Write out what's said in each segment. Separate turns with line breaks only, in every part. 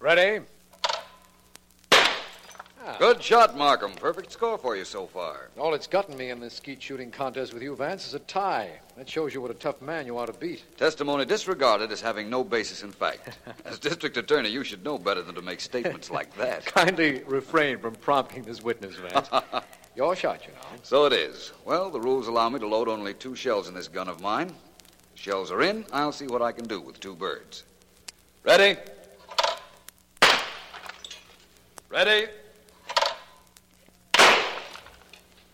Ready?
Good shot, Markham. Perfect score for you so far.
All it's gotten me in this skeet shooting contest with you, Vance, is a tie. That shows you what a tough man you are to beat.
Testimony disregarded as having no basis in fact. As district attorney, you should know better than to make statements like that.
Kindly refrain from prompting this witness, Vance. Your shot, you know.
So it is. Well, the rules allow me to load only two shells in this gun of mine. The shells are in. I'll see what I can do with two birds. Ready? Ready?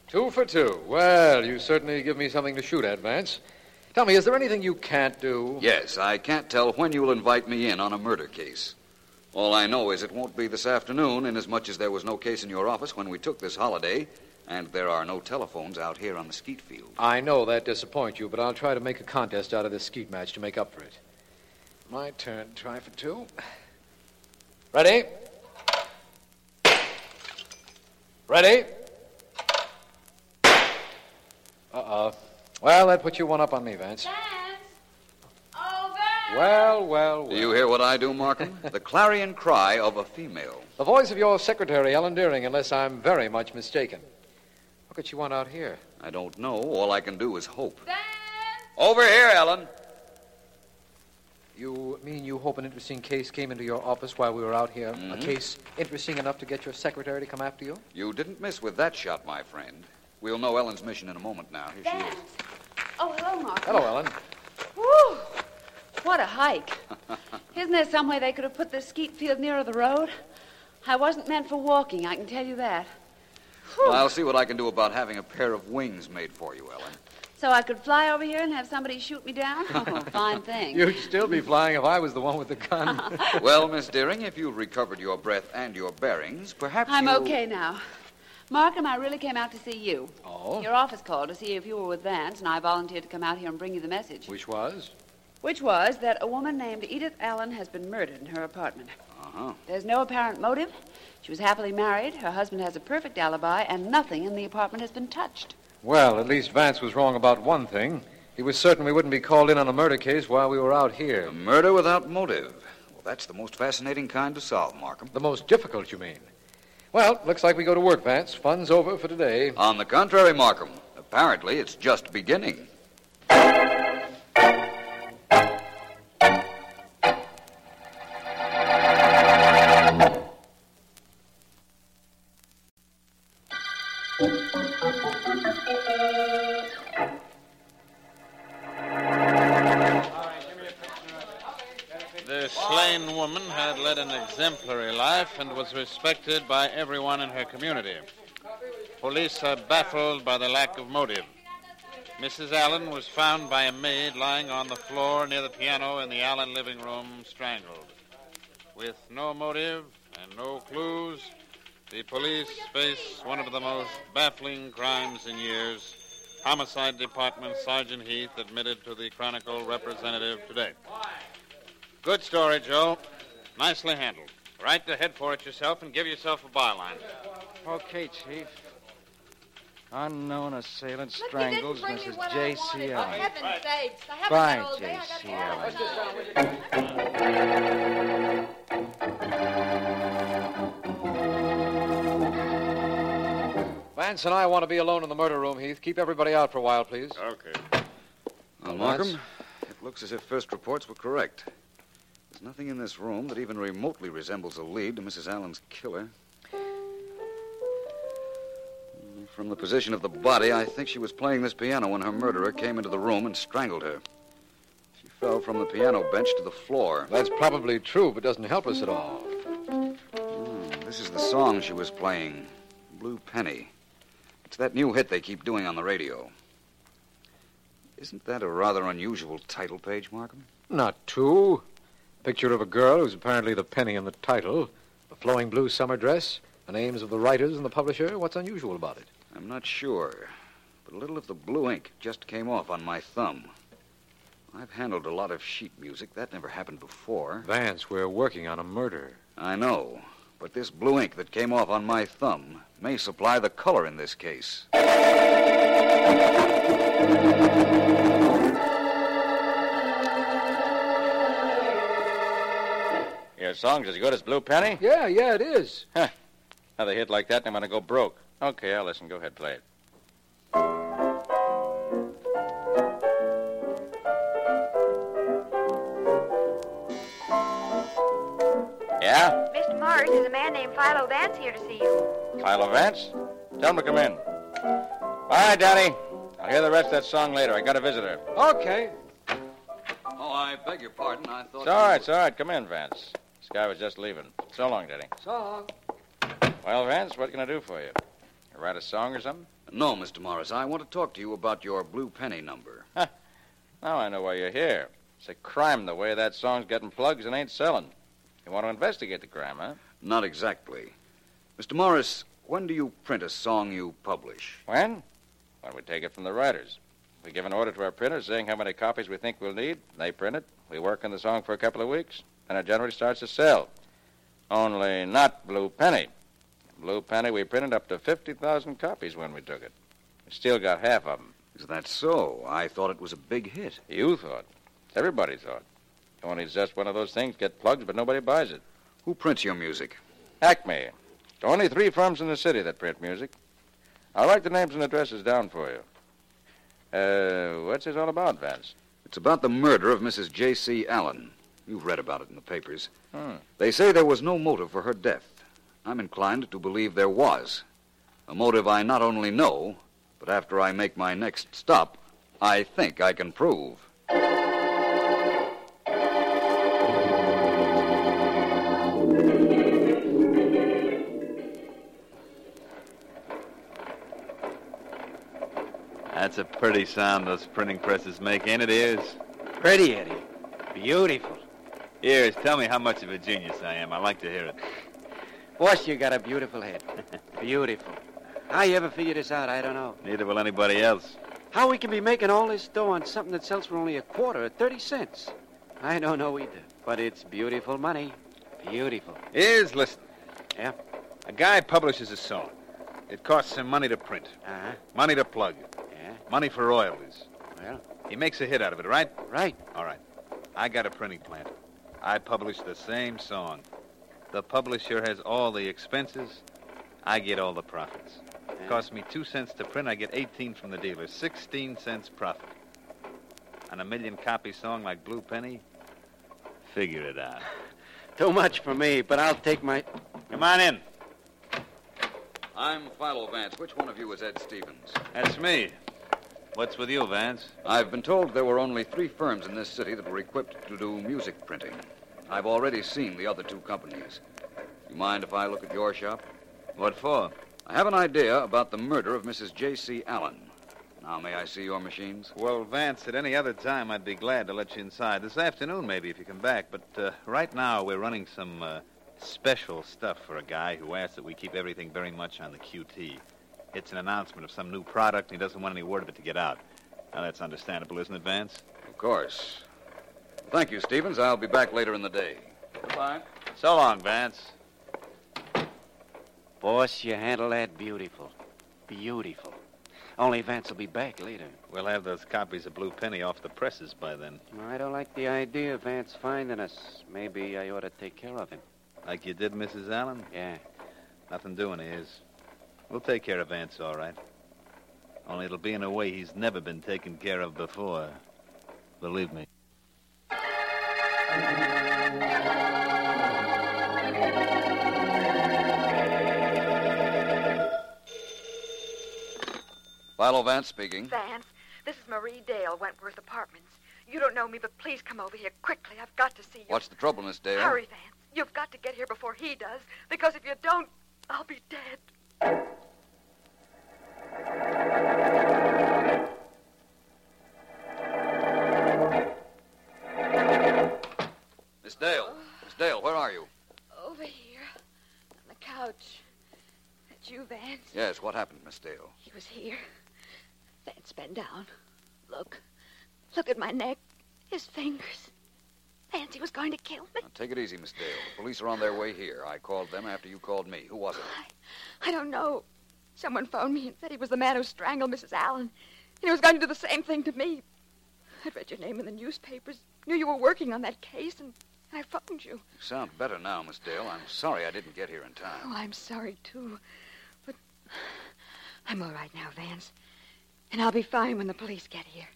Two for two. Well, you certainly give me something to shoot at, Vance. Tell me, is there anything you can't do?
Yes, I can't tell when you'll invite me in on a murder case. All I know is it won't be this afternoon, inasmuch as there was no case in your office when we took this holiday, and there are no telephones out here on the skeet field.
I know that disappoints you, but I'll try to make a contest out of this skeet match to make up for it. My turn. Try for two. Ready? Ready? Uh-oh. Well, that puts you one up on me, Vance.
Vance! Oh, Vance!
Well, well, well.
Do you hear what I do, Markham? the clarion cry of a female.
The voice of your secretary, Ellen Deering, unless I'm very much mistaken. What could she want out here?
I don't know. All I can do is hope.
Vance!
Over here, Ellen.
You mean you hope an interesting case came into your office while we were out here? A
Mhm.
case interesting enough to get your secretary to come after you?
You didn't miss with that shot, my friend. We'll know Ellen's mission in a moment now. Here she is.
Vance! Oh, hello, Mark.
Hello, Ellen.
Whew! What a hike. Isn't there some way they could have put this skeet field nearer the road? I wasn't meant for walking, I can tell you that. Whew.
Well, I'll see what I can do about having a pair of wings made for you, Ellen.
So I could fly over here and have somebody shoot me down? Oh, fine thing.
You'd still be flying if I was the one with the gun.
well, Miss Deering, if you've recovered your breath and your bearings, perhaps
I'm
you-
okay now. Markham, I really came out to see you.
oh?
Your office called to see if you were with Vance, and I volunteered to come out here and bring you the message.
Which was?
Which was that a woman named Edith Allen has been murdered in her apartment.
Uh-huh.
There's no apparent motive. She was happily married, her husband has a perfect alibi, and nothing in the apartment has been touched.
Well, at least Vance was wrong about one thing. He was certain we wouldn't be called in on a murder case while we were out here.
A murder without motive. Well, that's the most fascinating kind to solve, Markham.
The most difficult, you mean? Well, looks like we go to work, Vance. Fun's over for today.
On the contrary, Markham, apparently it's just beginning.
The slain woman had led an exemplary life and was respected by everyone in her community. Police are baffled by the lack of motive. Mrs. Allen was found by a maid lying on the floor near the piano in the Allen living room, strangled. With no motive and no clues, the police face one of the most baffling crimes in years. Homicide Department Sergeant Heath admitted to the Chronicle representative today. Good story, Joe. Nicely handled. Right to head for it yourself and give yourself a byline.
Okay, Chief. Unknown assailant
Look,
strangles
you didn't bring me
Mrs.
what
J.C.
I wanted.
Allen.
For heaven's sakes. I haven't
Fine,
got all day. I
J.C.
got
Allen.
Vance and I want to be alone in the murder room, Heath. Keep everybody out for a while, please.
Okay.
Well,
Well,
Markham, it looks as if first reports were correct. There's nothing in this room that even remotely resembles a lead to Mrs. Allen's killer. From the position of the body, I think she was playing this piano when her murderer came into the room and strangled her. She fell from the piano bench to the floor.
That's probably true, but doesn't help us at all.
This is the song she was playing Blue Penny. It's that new hit they keep doing on the radio. Isn't that a rather unusual title page, Markham?
Not two. Picture of a girl who's apparently the penny in the title, a flowing blue summer dress, the names of the writers and the publisher. What's unusual about it?
I'm not sure. But but a little of the blue ink just came off on my thumb. I've handled a lot of sheet music. That never happened before.
Vance, we're working on a murder.
I know, but this blue ink that came off on my thumb may supply the color in this case.
Your song's as good as Blue Penny?
Yeah, yeah, it is.
Another hit like that, and I'm going to go broke. Okay, I'll listen. Go ahead, play it. Yeah?
Mr. Morris, there's a man named Philo Vance here to see you.
Kyle Vance? Tell him to come in. Bye, Danny. I'll hear the rest of that song later. I got a visitor.
Okay.
Oh, I beg your pardon. I thought.
It's all right, it's all right. Come in, Vance. This guy was just leaving. So long, Danny.
So long.
Well, Vance, what can I do for you? You write a song or something?
No, Mr. Morris. I want to talk to you about your blue penny number.
Now I know why you're here. It's a crime the way that song's getting plugs and ain't selling. You want to investigate the crime, huh?
Not exactly. Mr. Morris, when do you print a song you publish?
When? When we take it from the writers. We give an order to our printers saying how many copies we think we'll need. They print it. We work on the song for a couple of weeks. Then it generally starts to sell. Only not Blue Penny. Blue Penny, we printed up to 50,000 copies when we took it. We still got half of them.
Is that so? I thought it was a big hit.
You thought. Everybody thought. Only it's just one of those things get plugs, but nobody buys it.
Who prints your music?
Acme. Only three firms in the city that print music. I'll write the names and addresses down for you. Uh, what's this all about, Vance?
It's about the murder of Mrs. J.C. Allen. You've read about it in the papers.
Hmm.
They say there was no motive for her death. I'm inclined to believe there was. A motive I not only know, but after I make my next stop, I think I can prove.
That's a pretty sound those printing presses make, ain't it, Ears?
Pretty, Eddie. Beautiful.
Ears, tell me how much of a genius I am. I like to hear it.
Boss, you got a beautiful head. Beautiful. How you ever figure this out, I don't know.
Neither will anybody else.
How we can be making all this dough on something that sells for only a quarter or 30 cents. I don't know either. But it's beautiful money. Beautiful.
Ears, listen.
Yeah?
A guy publishes a song. It costs him money to print,
Uh-huh.
money to plug,
Yeah.
money for royalties.
Well,
He makes a hit out of it, right?
right.
All right. I got a printing plant. I publish the same song. The publisher has all the expenses. I get all the profits. It costs me two cents to print. I get 18 from the dealer. 16 cents profit. On a million copy song like Blue Penny,
Figure it out.
Too much for me, but I'll take my...
Come on in.
I'm Philo Vance. Which one of you is Ed Stevens?
That's me. What's with you, Vance?
I've been told there were only three firms in this city that were equipped to do music printing. I've already seen the other two companies. You mind if I look at your shop?
What for?
I have an idea about the murder of Mrs. J.C. Allen. Now, may I see your machines?
Well, Vance, at any other time, I'd be glad to let you inside. This afternoon, maybe, if you come back. But uh, right now, we're running some uh, special stuff for a guy who asked that we keep everything very much on the QT. It's an announcement of some new product, and he doesn't want any word of it to get out. Now, that's understandable, isn't it, Vance?
Of course. Thank you, Stevens. I'll be back later in the day. Goodbye.
So long, Vance.
Boss, you handle that beautiful. Beautiful. Only Vance will be back later.
We'll have those copies of Blue Penny off the presses by then,
I don't like the idea of Vance finding us. Maybe I ought to take care of him.
like you did, Mrs. Allen.
Yeah.
Nothing doing is. We'll take care of Vance, all right. Only it'll be in a way he's never been taken care of before. Believe me.
Philo Vance speaking.
Vance, this is Marie Dale, Wentworth Apartments. You don't know me, but please come over here quickly. I've got to see you.
What's the trouble, Miss Dale?
Hurry, Vance. You've got to get here before he does, because if you don't, I'll be dead.
Miss Dale. Miss Dale, where are you?
Over here, on the couch. That you, Vance?
Yes, what happened, Miss Dale?
He was here.
Vance, bend down. Look. Look at my neck. His fingers. Vance, he was going to kill me.
Now, take it easy, Miss Dale. The police are on their way here. I called them after you called me. Who was it?
I don't know. Someone phoned me and said he was the man who strangled Mrs. Allen. And he was going to do the same thing to me. I'd read your name in the newspapers, knew you were working on that case, and, and I phoned you.
You sound better now, Miss Dale. I'm sorry I didn't get here in time.
Oh, I'm sorry, too. But I'm all right now, Vance. And I'll be fine when the police get here.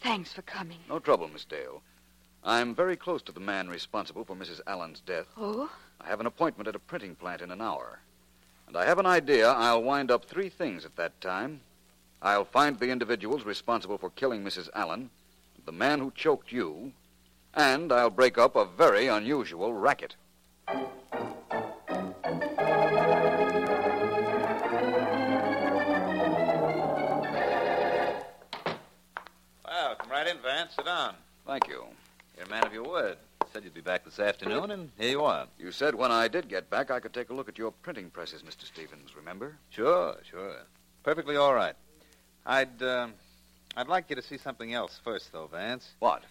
Thanks for coming.
No trouble, Miss Dale. I'm very close to the man responsible for Mrs. Allen's death.
Oh?
I have an appointment at a printing plant in an hour. And I have an idea I'll wind up three things at that time. I'll find the individuals responsible for killing Mrs. Allen, the man who choked you, and I'll break up a very unusual racket.
Well, come right in, Vance. Sit down.
Thank you.
You're a man of your word. Said you'd be back this afternoon, and here you are.
You said when I did get back I could take a look at your printing presses, Mr. Stevens, remember?
Sure, sure. Perfectly all right. I'd, um, I'd like you to see something else first, though, Vance.
What?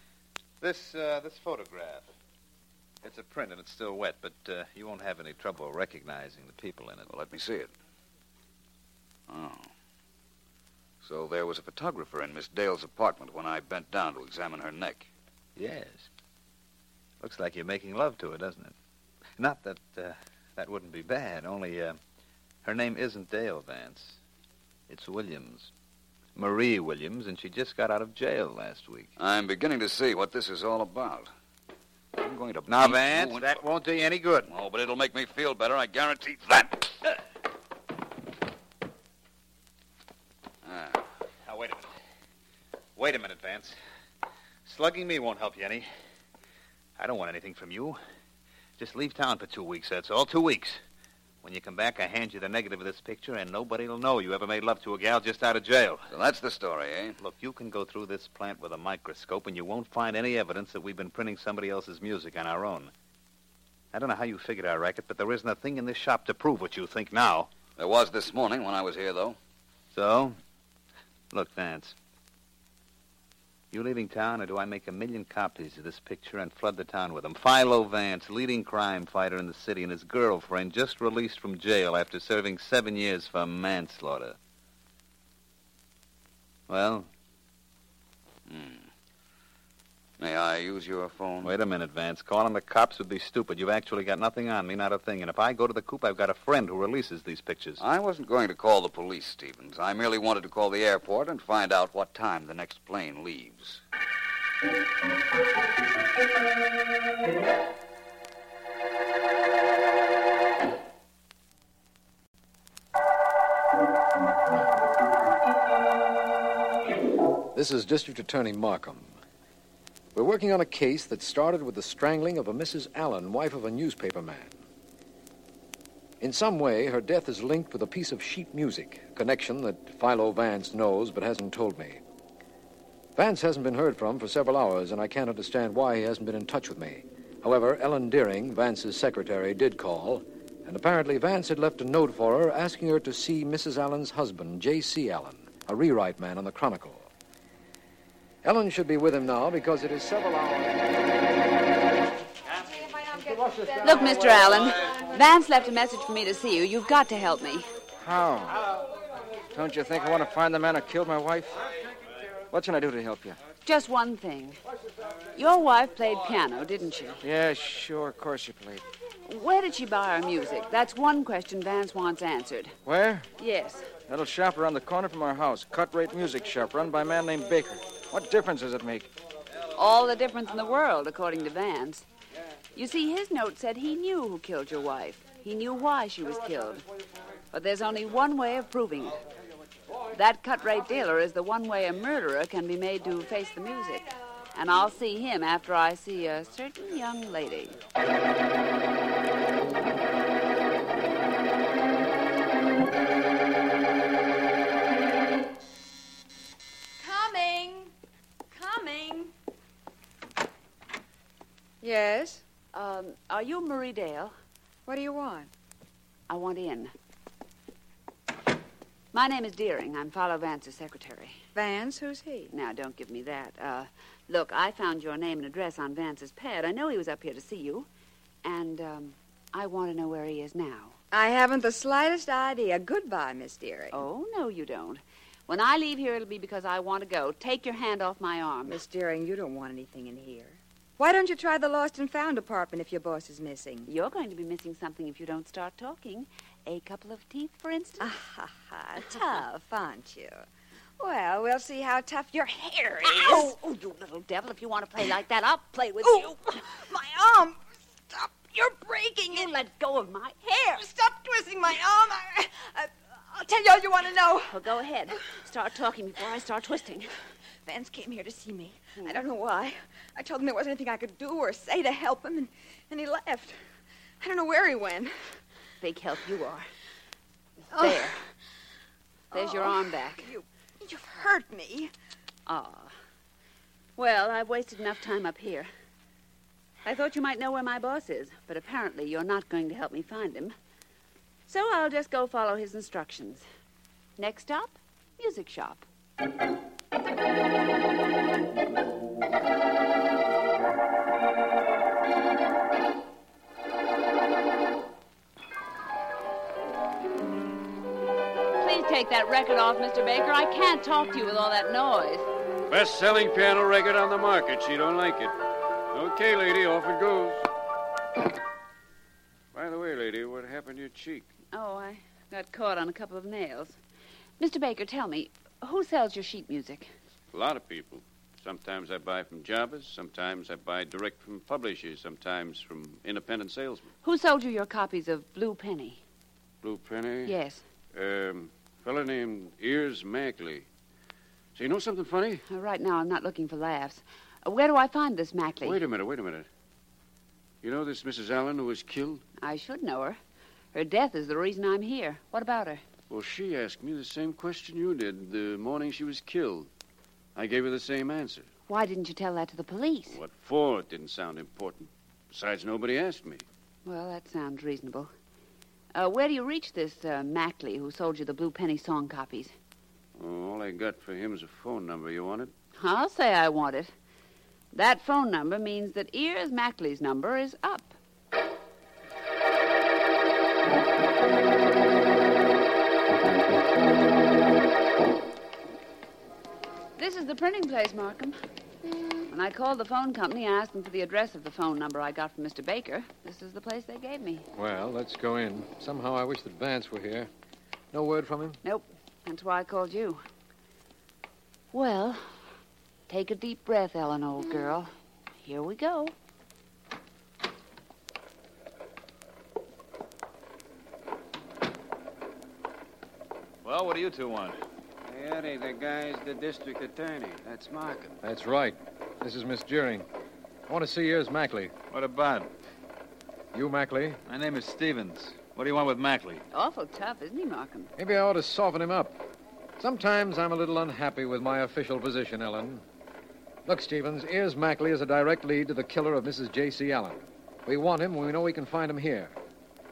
This, uh, this photograph. It's a print, and it's still wet, but uh, you won't have any trouble recognizing the people in it.
Well, let me see it. Oh. So there was a photographer in Miss Dale's apartment when I bent down to examine her neck.
Yes. Looks like you're making love to her, doesn't it? Not that uh, that wouldn't be bad, only uh, her name isn't Dale Vance. It's Williams. Marie Williams, and she just got out of jail last week.
I'm beginning to see what this is all about. I'm going to.
Now,
beat
Vance,
you and-
that won't do you any good.
Oh, but it'll make me feel better. I guarantee that. Ah,
Now, wait a minute. Wait a minute, Vance. Slugging me won't help you any. I don't want anything from you. Just leave town for two weeks, that's all. Two weeks. When you come back, I hand you the negative of this picture, and nobody'll know you ever made love to a gal just out of jail.
so that's the story, eh?
Look, you can go through this plant with a microscope, and you won't find any evidence that we've been printing somebody else's music on our own. I don't know how you figured our racket, but there isn't a thing in this shop to prove what you think now.
There was this morning when I was here, though.
So, look, Vance. You leaving town, or do I make a million copies of this picture and flood the town with them? Philo Vance, leading crime fighter in the city, and his girlfriend just released from jail after serving seven years for manslaughter. Well,
Hmm. May I use your phone?
Wait a minute, Vance. Calling the cops would be stupid. You've actually got nothing on me, not a thing. And if I go to the coop, I've got a friend who releases these pictures.
I wasn't going to call the police, Stevens. I merely wanted to call the airport and find out what time the next plane leaves.
This is District Attorney Markham. We're working on a case that started with the strangling of a Mrs. Allen, wife of a newspaper man. In some way, her death is linked with a piece of sheet music, a connection that Philo Vance knows but hasn't told me. Vance hasn't been heard from for several hours, and I can't understand why he hasn't been in touch with me. However, Ellen Deering, Vance's secretary, did call, and apparently Vance had left a note for her asking her to see Mrs. Allen's husband, J.C. Allen, a rewrite man on the Chronicle. Ellen should be with him now because it is several hours.
Look, Mr. Allen, Vance left a message for me to see you. You've got to help me.
How? Don't you think I want to find the man who killed my wife? What can I do to help you?
Just one thing. Your wife played piano, didn't she?
Yeah, sure, of course you played.
Where did she buy her music? That's one question Vance wants answered.
Where?
Yes.
Little shop around the corner from our house. Cut rate music shop run by a man named Baker. What difference does it make?
All the difference in the world, according to Vance. You see, his note said he knew who killed your wife. He knew why she was killed. But there's only one way of proving it. That cut rate dealer is the one way a murderer can be made to face the music. And I'll see him after I see a certain young lady.
Coming. Coming.
Yes? Um, are you Marie Dale?
What do you want?
I want in. My name is Deering. I'm Philo Vance's secretary.
Vance, who's he?
Now, don't give me that. Uh, look, I found your name and address on Vance's pad. I know he was up here to see you. And um, I want to know where he is now.
I haven't the slightest idea. Goodbye, Miss Deering.
Oh, no, you don't. When I leave here, it'll be because I want to go. Take your hand off my arm.
Miss Deering, you don't want anything in here. Why don't you try the lost and found department if your boss is missing?
You're going to be missing something if you don't start talking. A couple of teeth, for instance.
Ah, ha, ha. tough, aren't you? Well, we'll see how tough your hair is.
Oh, oh, you little devil. If you want to play like that, I'll play with
Ooh, you. My arm. Stop. You're breaking
you it. let go of my hair.
Stop twisting my arm. I, I, I'll tell you all you want to know.
Well, oh, go ahead. Start talking before I start twisting.
Vance came here to see me. Mm. I don't know why. I told him there wasn't anything I could do or say to help him, and, and he left. I don't know where he went.
Big help you are. Oh. There. There's oh. your arm back.
You, you've hurt me.
Ah. Well, I've wasted enough time up here. I thought you might know where my boss is, but apparently you're not going to help me find him. So I'll just go follow his instructions. Next stop, music shop. Please take that record off, Mr. Baker. I can't talk to you with all that noise.
Best selling piano record on the market. She don't like it. Okay, lady, off it goes. By the way, lady, what happened to your cheek?
Oh, I got caught on a couple of nails. Mr. Baker, tell me, who sells your sheet music?
A lot of people. Sometimes I buy from jobbers, sometimes I buy direct from publishers, sometimes from independent salesmen.
Who sold you your copies of Blue Penny?
Blue Penny?
Yes.
Um, fellow named Ears Mackley. So you know something funny?
Uh, right now, I'm not looking for laughs. Uh, where do I find this Mackley?
Wait a minute, wait a minute. You know this Mrs. Allen who was killed?
I should know her. Her death is the reason I'm here. What about her?
Well, she asked me the same question you did the morning she was killed. I gave her the same answer.
Why didn't you tell that to the police?
What for? It didn't sound important. Besides, nobody asked me.
Well, that sounds reasonable. Uh, where do you reach this uh, Mackley who sold you the Blue Penny song copies?
Oh, all I got for him is a phone number. You want it?
I'll say I want it. That phone number means that Ears Mackley's number is up. This is the printing place, Markham. When I called the phone company, I asked them for the address of the phone number I got from Mr. Baker. This is the place they gave me.
Well, let's go in. Somehow I wish that Vance were here. No word from him?
Nope. That's why I called you. Well, take a deep breath, Ellen, old girl. Here we go.
Well, what do you two want?
Eddie, the guy's the district attorney. That's Markham.
That's right. This is Miss Deering. I want to see here's Mackley.
What about?
You, Mackley?
My name is Stevens. What do you want with Mackley?
Awful tough, isn't he, Markham?
Maybe I ought to soften him up. Sometimes I'm a little unhappy with my official position, Ellen. Look, Stevens, here's Mackley is a direct lead to the killer of Mrs. J.C. Allen. We want him when we know we can find him here.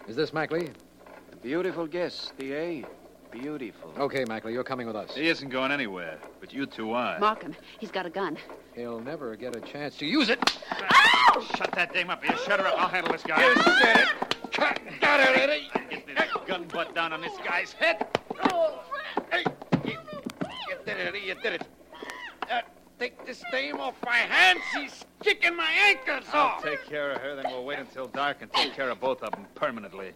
Is this Mackley?
A beautiful guess, D.A. Beautiful.
Okay, Mackley, you're coming with us.
He isn't going anywhere, but you two are.
Markham, he's got a gun.
He'll never get a chance to use it.
Ow! Shut that dame up. You shut her up. I'll handle this guy.
You said it. Cut. Got her, Eddie.
Get this gun butt down on this guy's head.
Oh, hey. You, you did it, Eddie. You did it. Uh, take this dame off my hands. She's kicking my ankles
I'll
off.
take care of her, then we'll wait until dark and take care of both of them permanently.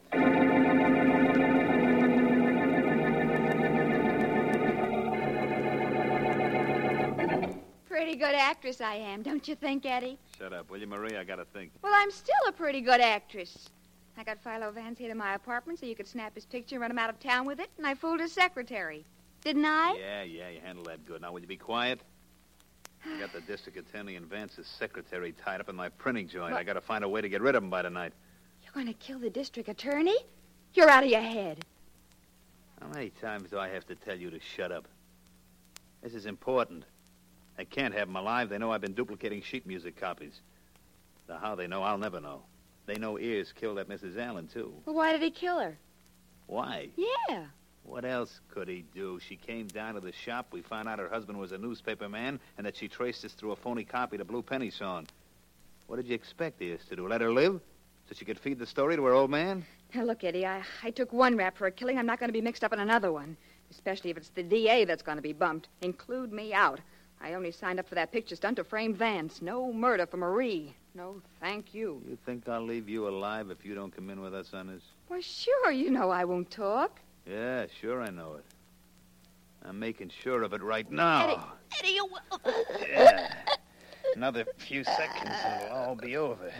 pretty good actress I am, don't you think, Eddie?
Shut up, will you, Marie? I gotta think.
Well, I'm still a pretty good actress. I got Philo Vance here to my apartment so you could snap his picture and run him out of town with it, and I fooled his secretary. Didn't I?
Yeah, yeah, you handled that good. Now, will you be quiet? I got the district attorney and Vance's secretary tied up in my printing joint. What? I gotta find a way to get rid of him by tonight.
You're gonna kill the district attorney? You're out of your head.
How many times do I have to tell you to shut up? This is important. They can't have them alive. They know I've been duplicating sheet music copies. Now, how they know, I'll never know. They know Ears killed that Mrs. Allen, too.
Well, why did he kill her?
Why?
Yeah.
What else could he do? She came down to the shop. We found out her husband was a newspaper man and that she traced us through a phony copy to Blue Penny Song. What did you expect us to do? Let her live? So she could feed the story to her old man?
Now, look, Eddie, I, I took one rap for a killing. I'm not going to be mixed up in another one, especially if it's the DA that's going to be bumped. Include me out. I only signed up for that picture stunt to frame Vance. No murder for Marie. No, thank you.
You think I'll leave you alive if you don't come in with us on this?
Why, sure, you know I won't talk.
Yeah, sure, I know it. I'm making sure of it right now.
Eddie, you
Yeah. Another few seconds and it'll all be over.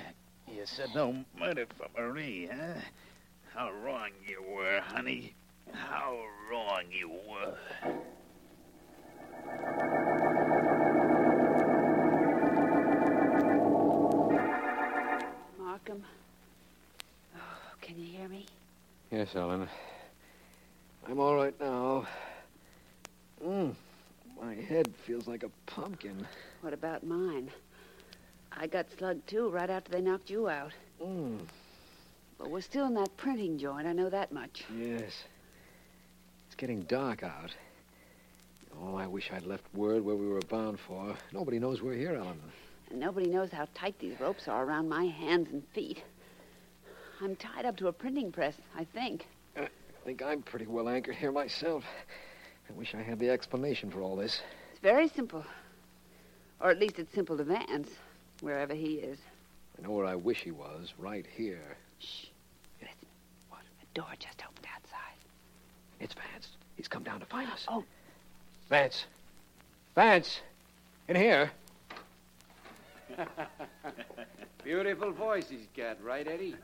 You said no murder for Marie, huh? How wrong you were, honey. How wrong you were.
Markham. Oh, can you hear me?
Yes, Ellen. I'm all right now. Mm, my head feels like a pumpkin.
What about mine? I got slugged too right after they knocked you out.
Mm,
But we're still in that printing joint. I know that much.
yes. It's getting dark out. Oh, I wish I'd left word where we were bound for. Nobody knows we're here, Ellen.
And nobody knows how tight these ropes are around my hands and feet. I'm tied up to a printing press, I think.
I think I'm pretty well anchored here myself. I wish I had the explanation for all this.
It's very simple. Or at least it's simple to Vance, wherever he is.
I know where I wish he was, right here.
Shh. Listen. What? A door just opened outside.
It's Vance. He's come down to find us.
Oh,
Vance. Vance. In here.
Beautiful voice he's got, right, Eddie?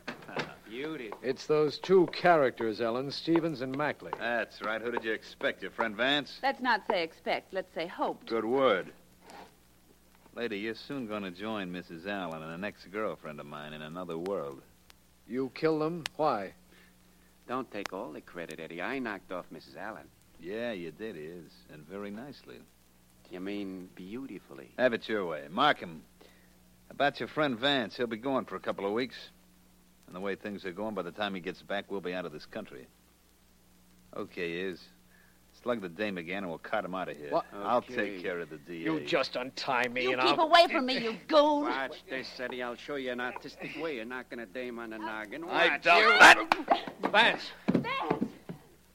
Beautiful.
It's those two characters, Ellen, Stevens and Mackley.
That's right. Who did you expect? Your friend Vance?
let's not say expect. Let's say hope.
Good word. Lady, you're soon going to join Mrs. Allen and an ex girlfriend of mine in another world.
You kill them? Why?
Don't take all the credit, Eddie. I knocked off Mrs. Allen.
Yeah, you did, is. And very nicely.
You mean beautifully?
Have it your way. Mark him. About your friend Vance, he'll be gone for a couple of weeks. And the way things are going, by the time he gets back, we'll be out of this country. Okay, is. Slug the dame again, and we'll cut him out of here.
What?
I'll
Okay.
take care of the DA.
untie me
You keep away from me, you goon.
Watch this, Eddie. I'll show you an artistic way of knocking a dame on the noggin. Watch.
I doubt that.
Vance!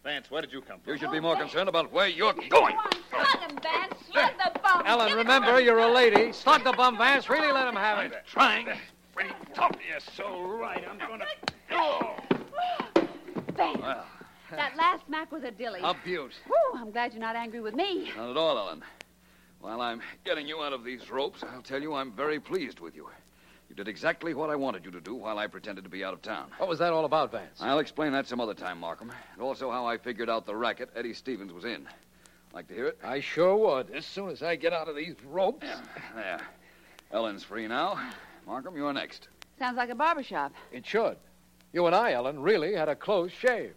Vance, where did you come from?
You should be more concerned about where you're going.
Slug him, Vance. Slug the bum.
Ellen, remember, you're a lady. Slug the bum, Vance. Really let him have it.
Trying. Pretty tough. You're so right. I'm going to. Oh.
Vance.
Well.
That last smack was a dilly.
A beaut.
Whew, I'm glad you're not angry with me.
Not at all, Ellen. While I'm getting you out of these ropes, I'll tell you I'm very pleased with you. You did exactly what I wanted you to do while I pretended to be out of town.
What was that all about, Vance?
I'll explain that some other time, Markham, and also how I figured out the racket Eddie Stevens was in. Like to hear it?
I sure would. As soon as I get out of these ropes.
There. Ellen's free now. Markham, you're next.
Sounds like a barber shop.
It should. You and I, Ellen, really had a close shave.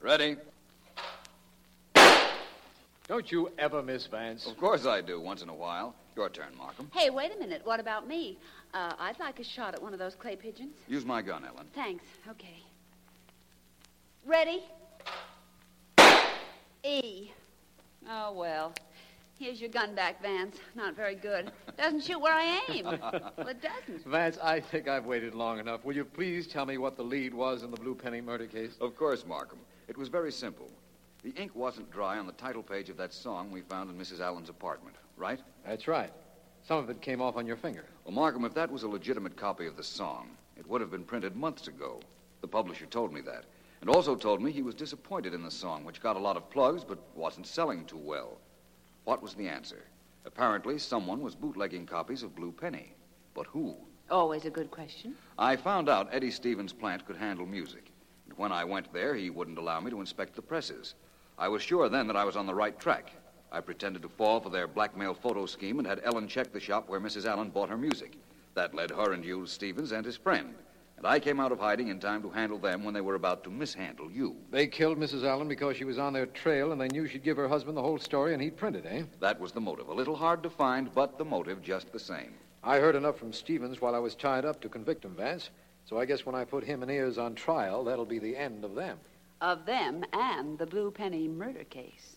Ready?
Don't you ever miss Vance?
Of course I do, once in a while. Your turn, Markham.
Hey, wait a minute. What about me? Uh, I'd like a shot at one of those clay pigeons.
Use my gun, Ellen.
Thanks. Okay. Ready? E. Oh, well. Here's your gun back, Vance. Not very good. Doesn't shoot where I aim. well, it doesn't.
Vance, I think I've waited long enough. Will you please tell me what the lead was in the Blue Penny murder case?
Of course, Markham. It was very simple. The ink wasn't dry on the title page of that song we found in Mrs. Allen's apartment, right?
That's right. Some of it came off on your finger.
Well, Markham, if that was a legitimate copy of the song, it would have been printed months ago. The publisher told me that. And also told me he was disappointed in the song, which got a lot of plugs but wasn't selling too well. What was the answer? Apparently, someone was bootlegging copies of Blue Penny. But who?
Always a good question.
I found out Eddie Stevens' plant could handle music. And when I went there, he wouldn't allow me to inspect the presses. I was sure then that I was on the right track. I pretended to fall for their blackmail photo scheme and had Ellen check the shop where Mrs. Allen bought her music. That led her and you to Stevens and his friend. And I came out of hiding in time to handle them when they were about to mishandle you.
They killed Mrs. Allen because she was on their trail and they knew she'd give her husband the whole story and he'd print it, eh?
That was the motive. A little hard to find, but the motive just the same.
I heard enough from Stevens while I was tied up to convict him, Vance. So I guess when I put him and Ears on trial, that'll be the end of them.
Of them and the Blue Penny murder case.